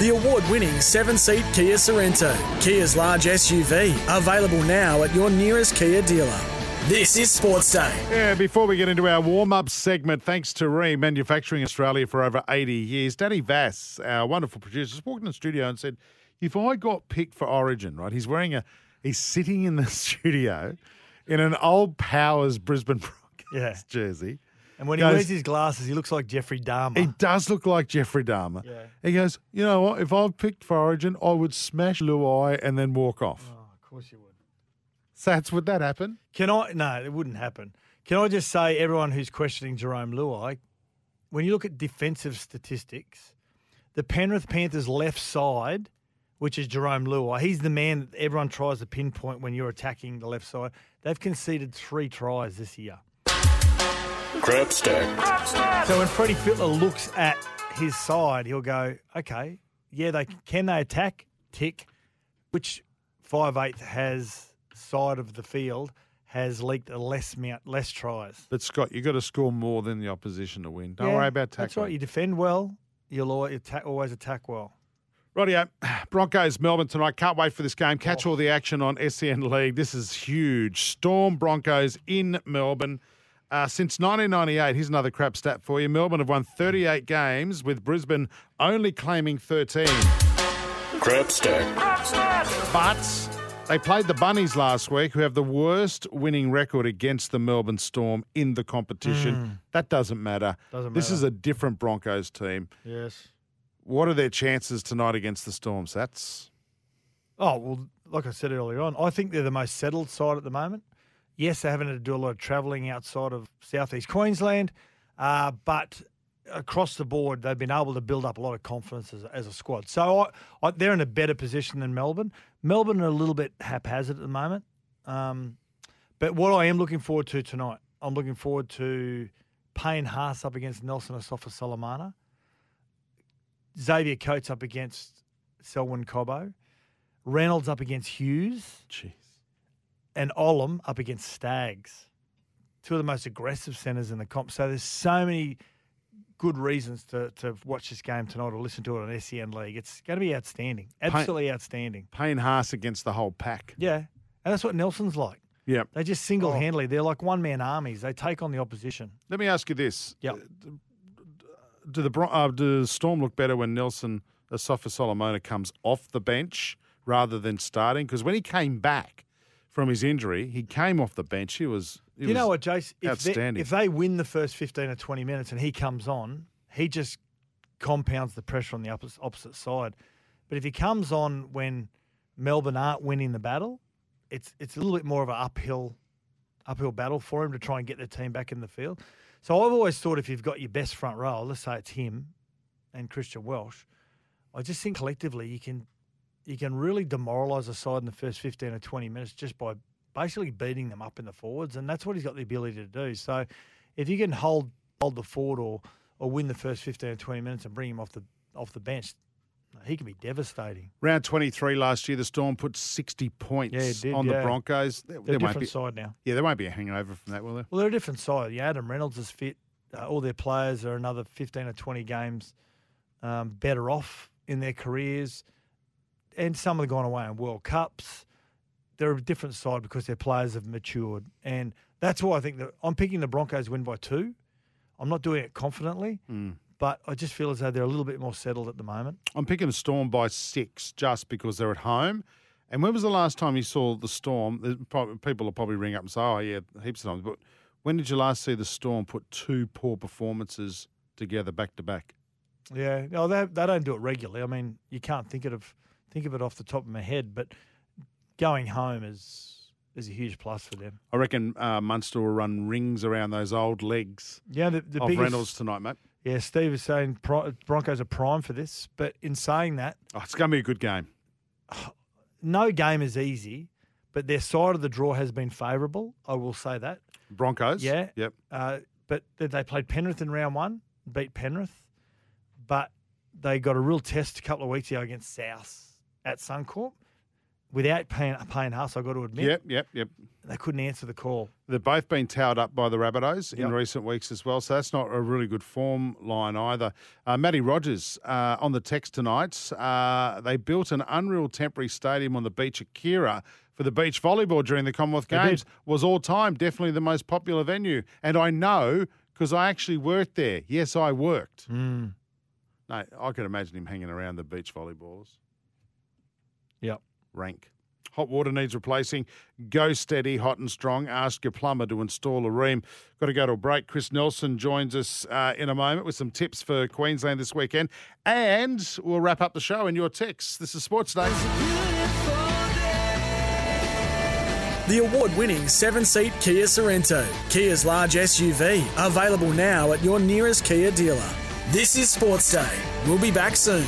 S3: The award winning seven seat Kia Sorrento, Kia's large SUV, available now at your nearest Kia dealer. This is Sports Day.
S4: Yeah, before we get into our warm up segment, thanks to Ream Manufacturing Australia for over 80 years, Danny Vass, our wonderful producer, just walked in the studio and said, If I got picked for Origin, right, he's wearing a, he's sitting in the studio in an old Powers Brisbane Broncos
S5: Yeah.
S4: jersey.
S5: and when he
S4: Guys-
S5: wears his glasses, he looks like Jeffrey Dahmer.
S4: He does look like Jeffrey Dahmer.
S5: Yeah.
S4: He goes, You know what? If I picked for Origin, I would smash Luai and then walk off.
S5: oh, of course you would.
S4: Sats, would that happen?
S5: Can I? No, it wouldn't happen. Can I just say, everyone who's questioning Jerome Luai, when you look at defensive statistics, the Penrith Panthers' left side, which is Jerome Luai, he's the man that everyone tries to pinpoint when you're attacking the left side. They've conceded three tries this year.
S9: Crap stack.
S5: So when Freddie Fittler looks at his side, he'll go, okay, yeah, they can they attack? Tick. Which five eighth has side of the field has leaked a less amount, less tries?
S4: But Scott, you've got to score more than the opposition to win. Don't
S5: Yeah,
S4: worry about tackling.
S5: That's right. You defend well. You'll always attack, always attack well.
S4: Rightio, Broncos Melbourne tonight. Can't wait for this game. Catch all the action on SEN League. This is huge. Storm Broncos in Melbourne. Uh, since 1998, here's another crap stat for you. Melbourne have won 38 games, with Brisbane only claiming 13.
S9: Crap stack.
S4: But they played the Bunnies last week, who have the worst winning record against the Melbourne Storm in the competition. That doesn't matter.
S5: Hmm. Doesn't
S4: This
S5: matter.
S4: is a different Broncos team.
S5: Yes.
S4: What are their chances tonight against the Storms? That's
S5: Oh well, like I said earlier on, I think they're the most settled side at the moment. Yes, they're having to do a lot of travelling outside of southeast Queensland, uh, but across the board, they've been able to build up a lot of confidence as, as a squad. So I, I, they're in a better position than Melbourne. Melbourne are a little bit haphazard at the moment, um, but what I am looking forward to tonight, I'm looking forward to Payne Haas up against Nelson Asafa Solomana, Xavier Coates up against Selwyn Cobbo. Reynolds up against Hughes
S4: jeez.
S5: and Olam up against Stags. Two of the most aggressive centres in the comp. So there's so many good reasons to, to watch this game tonight or listen to it on SEN League. It's going to be outstanding. Absolutely outstanding.
S4: Payne Haas against the whole pack.
S5: Yeah. And that's what Nelson's like.
S4: Yep.
S5: They just single handedly, they're like one man armies. They take on the opposition.
S4: Let me ask you this:
S5: Yep.
S4: Do the Bron- uh, do the Storm look better when Nelson Asafa Solomona comes off the bench rather than starting? Because when he came back from his injury, he came off the bench. He was. He
S5: You know what,
S4: was-
S5: Jace? If
S4: outstanding.
S5: They, if they win the first 15 or 20 minutes and he comes on, he just compounds the pressure on the opposite, opposite side. But if he comes on when Melbourne aren't winning the battle, it's it's a little bit more of an uphill uphill battle for him to try and get the team back in the field. So I've always thought if you've got your best front row, let's say it's him and Christian Welsh, I just think collectively you can you can really demoralise a side in the first 15 or 20 minutes just by basically beating them up in the forwards. And that's what he's got the ability to do. So if you can hold hold the forward or, or win the first 15 or 20 minutes and bring him off the off the bench, he can be devastating.
S4: Round twenty three last year, the Storm put sixty points
S5: Yeah, it did,
S4: on the
S5: yeah.
S4: Broncos. There,
S5: They're
S4: there
S5: a
S4: won't
S5: different
S4: be.
S5: side now.
S4: Yeah, there won't be a hangover from that, will there?
S5: Well, they're a different side. Yeah, Adam Reynolds is fit. Uh, all their players are another 15 or 20 games um, better off in their careers. And some have gone away in World Cups. They're a different side because their players have matured. And that's why I think that I'm picking the Broncos win by two. I'm not doing it confidently, but I just feel as though they're a little bit more settled at the moment.
S4: I'm picking a storm by six just because they're at home. And when was the last time you saw the storm? There's prob- People will probably ring up and say, oh, yeah, heaps of times. But when did you last see the storm put two poor performances together back to back?
S5: Yeah, no, they they don't do it regularly. I mean, you can't think it of think of it off the top of my head, but going home is is a huge plus for them.
S4: I reckon uh, Munster will run rings around those old legs
S5: Yeah, the, the
S4: of
S5: biggest,
S4: Reynolds tonight, mate.
S5: Yeah, Steve is saying Pro, Broncos are prime for this, but in saying that,
S4: Oh, it's going to be a good game.
S5: no game is easy, but their side of the draw has been favourable. I will say that.
S4: Broncos.
S5: Yeah.
S4: Yep.
S5: Uh, but th- they played Penrith in round one, beat Penrith, but they got a real test a couple of weeks ago against South at Suncorp without paying paying Huss. I got to admit,
S4: Yep, yep, yep.
S5: they couldn't answer the call.
S4: They've both been towed up by the Rabbitohs in
S5: Yep.
S4: recent weeks as well, so that's not a really good form line either. Uh, Matty Rogers uh, on the text tonight. Uh, they built an unreal temporary stadium on the beach at Kira for the beach volleyball during the Commonwealth
S5: did.
S4: Games. Was all time definitely the most popular venue, and I know because I actually worked there. Yes, I worked.
S5: Mm.
S4: No, I could imagine him hanging around the beach volleyballers
S5: Yep.
S4: rank. Hot water needs replacing. Go steady, hot and strong. Ask your plumber to install a ream. Got to go to a break. Chris Nelson joins us uh, in a moment with some tips for Queensland this weekend. And we'll wrap up the show in your text. This is Sports Day.
S3: The award winning seven seat Kia Sorrento, Kia's large SUV, available now at your nearest Kia dealer. This is Sports Day. We'll be back soon.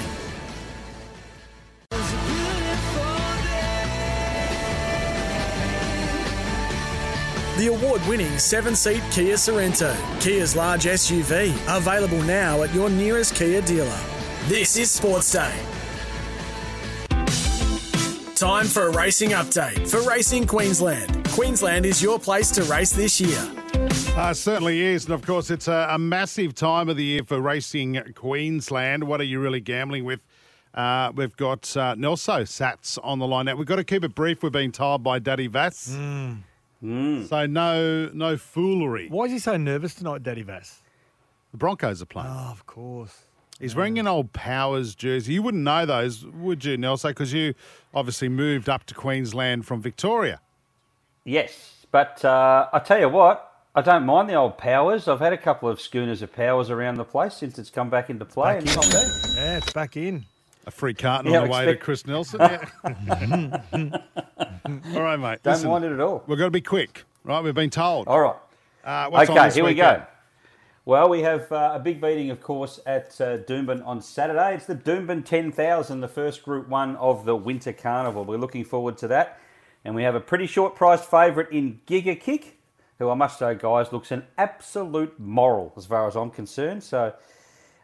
S3: The award winning seven seat Kia Sorrento, Kia's large SUV, available now at your nearest Kia dealer. This is Sports Day. Time for a racing update for Racing Queensland. Queensland is your place to race this year.
S4: Uh, certainly is. And of course, it's a, a massive time of the year for Racing Queensland. What are you really gambling with? Uh, we've got uh, Nelso Sats on the line now. We've got to keep it brief. We're being told by Daddy Vats. So no no foolery.
S5: Why is he so nervous tonight, Daddy Vass?
S4: The Broncos are playing.
S5: Oh, of course.
S4: He's wearing an old Powers jersey. You wouldn't know those, would you, Nelson? Because you obviously moved up to Queensland from Victoria.
S7: Yes, but uh, I tell you what, I don't mind the old powers. I've had a couple of schooners of powers around the place since it's come back into play, and it's not bad.
S5: Yeah, it's back in.
S4: A free carton
S7: Yeah,
S4: on
S7: I
S4: the way to
S7: expect-
S4: Chris Nelson. Yeah. All right, mate.
S7: Don't
S4: listen,
S7: mind it at all.
S4: We've got to be quick, right? We've been told.
S7: All right.
S4: Uh, what's on
S7: okay,
S4: this
S7: here we
S4: weekend?
S7: go. Well, we have uh, a big meeting, of course, at uh, Doomben on Saturday. It's the Doomben 10,000, the first Group 1 of the Winter Carnival. We're looking forward to that. And we have a pretty short priced favourite in Giga Kick, who I must say, guys, looks an absolute moral as far as I'm concerned. So,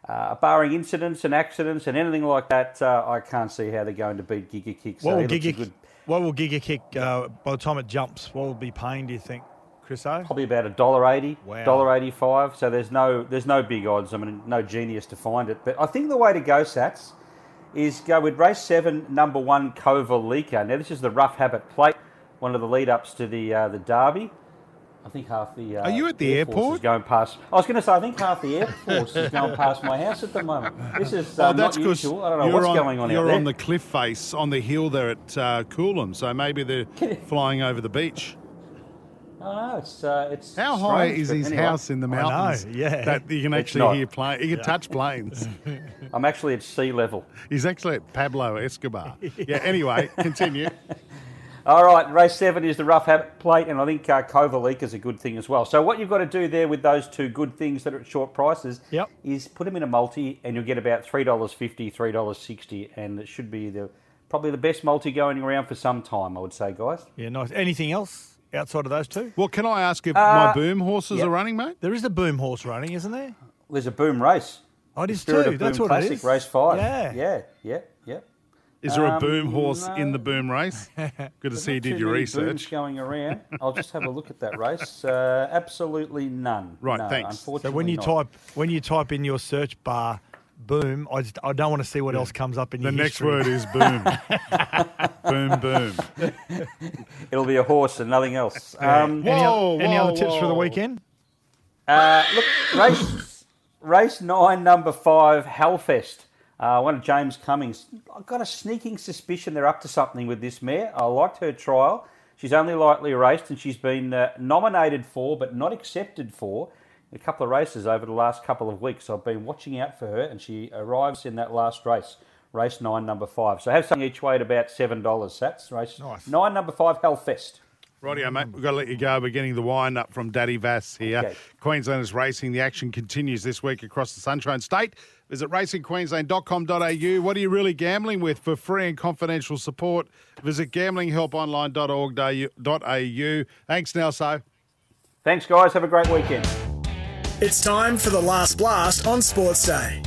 S7: uh, barring incidents and accidents and anything like that, uh, I can't see how they're going to beat Giga Kick. So
S5: What will
S7: he looks a
S5: Giga,
S7: good,
S5: what will Giga kick uh, by the time it jumps? What will be paying, do you think, Chris O?
S7: probably about a dollar eighty,
S5: Wow.
S7: dollar eighty five. So there's no there's no big odds. I mean, no genius to find it. But I think the way to go, Sats, is go with race seven, number one, Kovalika. Now this is the rough habit plate, one of the lead ups to the uh, the Derby. I think half the uh,
S4: Are you at the
S7: Air Force
S4: airport?
S7: Is going past. I was going to say I think half the air force is going past my house at the moment. This is uh,
S4: Oh, that's
S7: not
S4: because
S7: usual. I don't know
S4: you're
S7: what's
S4: on,
S7: going on out
S4: you're
S7: there.
S4: on the cliff face on the hill there at uh, Coolum, so maybe they're flying over the beach.
S7: I know it's uh, it's
S4: How high
S7: strange,
S4: is
S7: but
S4: his
S7: anyway.
S4: house in the
S5: know,
S4: mountains?
S5: yeah.
S4: that you can
S7: It's
S4: actually
S7: not.
S4: hear plane. You can touch planes.
S7: I'm actually at sea level.
S4: He's actually at Pablo Escobar. Yeah. Anyway, continue.
S7: All right, race seven is the rough habit plate, and I think uh, Kovalik is a good thing as well. So what you've got to do there with those two good things that are at short prices
S5: Yep.
S7: is put them in a multi, and you'll get about three dollars fifty, three dollars sixty, and it should be the probably the best multi going around for some time. I would say, guys.
S5: Yeah, nice. Anything else outside of those two?
S4: Well, can I ask if my
S7: Uh,
S4: boom horses
S7: yep.
S4: are running, mate?
S5: There is a boom horse running, isn't there?
S7: There's a boom race.
S5: Oh, it is
S7: Spirit
S5: too.
S7: of
S5: That's
S7: Boom
S5: what
S7: Classic,
S5: it is.
S7: race five.
S5: Yeah.
S7: yeah, yeah, yeah.
S4: Is there a
S7: Um,
S4: boom horse in
S7: no.
S4: the boom race? Good to see you
S7: Not
S4: did
S7: too
S4: your
S7: many booms
S4: research.
S7: going around. I'll just have a look at that race. Uh, absolutely none.
S4: Right,
S7: No,
S4: thanks. So
S5: So
S7: Unfortunately
S5: when you
S7: not.
S5: type when you type in your search bar boom, I just I don't want to see what else comes up in
S4: The
S5: your
S4: next
S5: history.
S4: word is boom. boom, boom.
S7: It'll be a horse and nothing else. Um,
S5: Any,
S4: Whoa,
S5: oth- any
S4: whoa,
S5: other tips for the
S4: whoa.
S5: weekend?
S7: uh, look, race Race nine, number five, Hellfest. Uh, one of James Cummings. I've got a sneaking suspicion they're up to something with this mare. I liked her trial. She's only lightly raced and she's been uh, nominated for but not accepted for a couple of races over the last couple of weeks. I've been watching out for her and she arrives in that last race, race nine, number five. So have something each way at about $7. That's race
S4: Nice.
S7: nine, number five, Hellfest.
S4: Rightio, mate. We've got to let you go. We're getting the wind up from Daddy Vass here.
S7: Okay.
S4: Queenslanders Racing. The action continues this week across the Sunshine State. Visit racingqueensland.com.au. What are you really gambling with? For free and confidential support, visit gamblinghelponline.org.au. Thanks, Nelson.
S7: Thanks, guys. Have a great weekend.
S3: It's time for the last blast on Sports Day.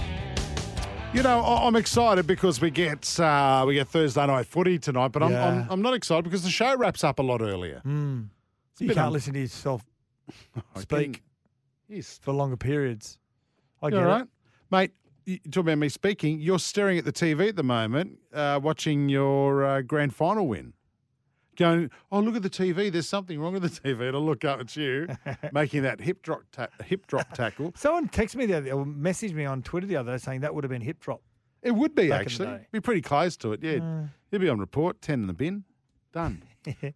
S4: You know, I- I'm excited because we get uh, we get Thursday night footy tonight, but I'm,
S5: Yeah. Hmm.
S4: I'm I'm not excited because the show wraps up a lot earlier.
S5: You
S4: been
S5: can't
S4: un-
S5: listen to yourself
S4: I
S5: speak
S4: can- Yes,
S5: for longer periods. I
S4: You
S5: get
S4: all
S5: it.
S4: right, mate. You talk about me speaking. You're staring at the TV at the moment, uh, watching your uh, grand final win. Going, oh look at the TV. There's something wrong with the TV. And I look up at you, making that hip drop ta- hip drop tackle.
S5: Someone texted me the other, or messaged me on Twitter the other day saying that would have been hip drop.
S4: It would
S5: Back
S4: be
S5: in the
S4: actually.
S5: day.
S4: Be pretty close to it. Yeah,
S5: Mm.
S4: you'd be on report. Ten in the bin. Done.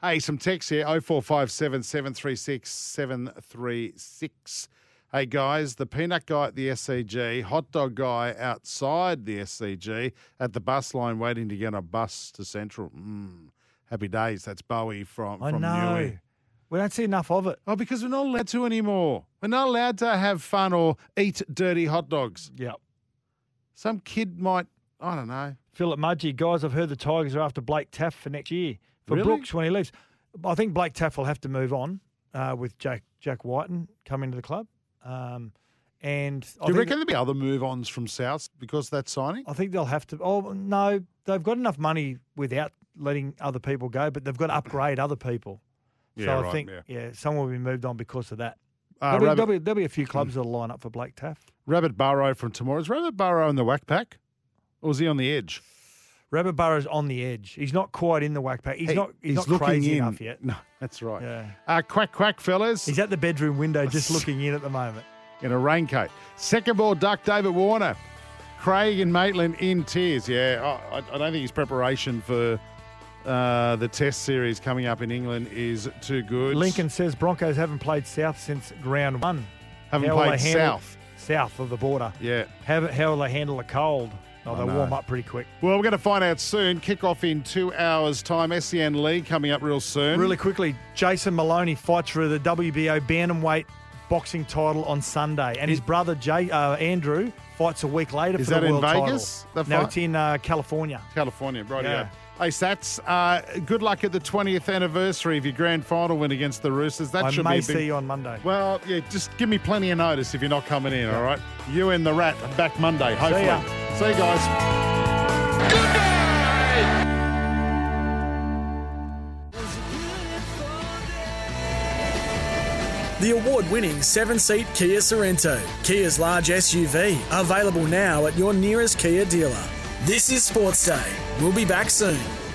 S4: hey, some text here. Oh four five seven seven three six seven three six. Hey guys, the peanut guy at the SCG, hot dog guy outside the SCG at the bus line waiting to get on a bus to Central. Mm, happy days. That's Bowie from
S5: I
S4: from
S5: know.
S4: Newey.
S5: We don't see enough of it.
S4: Oh, because we're not allowed to anymore. We're not allowed to have fun or eat dirty hot dogs.
S5: Yeah.
S4: Some kid might, I don't know.
S5: Philip Mudgee, guys, I've heard the Tigers are after Blake Taff for next year for
S4: Really?
S5: Brooks when he leaves. I think Blake Taff will have to move on uh, with Jack Jack Whiten coming to the club. Um, and I
S4: Do you
S5: think
S4: reckon there'll be other move ons from South because of that signing?
S5: I think they'll have to. Oh no, they've got enough money without letting other people go, but they've got to upgrade other people. so
S4: Yeah,
S5: I
S4: right,
S5: think
S4: yeah.
S5: yeah. some will be moved on because of that.
S4: Uh,
S5: there'll, be,
S4: Rabbit, Hmm.
S5: there'll, be, there'll be a few clubs that'll line up for Blake Taff.
S4: Rabbit Barrow from tomorrow. Is Rabbit Barrow in the whack pack? Or is he on the edge?
S5: Rabbit Burrow's on the edge. He's not quite in the whack pack. He's
S4: Hey,
S5: not. He's, not crazy enough yet.
S4: No, that's right.
S5: Yeah.
S4: Uh, quack, quack, fellas.
S5: He's at the bedroom window just looking in at the moment.
S4: in a raincoat. Second ball duck, David Warner. Craig and Maitland in tears. Yeah, I, I I don't think his preparation for uh, the test series coming up in England is too good.
S5: Lincoln says Broncos haven't played South since round one.
S4: haven't
S5: How will
S4: played
S5: they handle-
S4: South.
S5: South of the border.
S4: Yeah.
S5: How, how will they handle a cold? Oh, they
S4: know.
S5: warm up pretty quick.
S4: Well, we're going to find out soon. Kick off in two hours' time. SEN League coming up real soon.
S5: Really quickly, Jason Maloney fights for the WBO bantamweight boxing title on Sunday, and his brother Jay, uh, Andrew fights a week later
S4: Is
S5: for
S4: that
S5: the
S4: in
S5: world
S4: Vegas, the
S5: title. No,
S4: fight?
S5: it's in uh, California.
S4: California, right
S5: Yeah.
S4: yeah. Hey, Sats, uh, good luck at the 20th anniversary of your grand final win against the Roosters. That
S5: I
S4: should
S5: may
S4: be a big...
S5: see you on Monday.
S4: Well, yeah, just give me plenty of notice if you're not coming in, all right? You and the rat are back Monday, hopefully.
S5: ya.
S4: See you guys.
S3: The award winning seven seat Kia Sorrento, Kia's large SUV, available now at your nearest Kia dealer. This is Sports Day. We'll be back soon.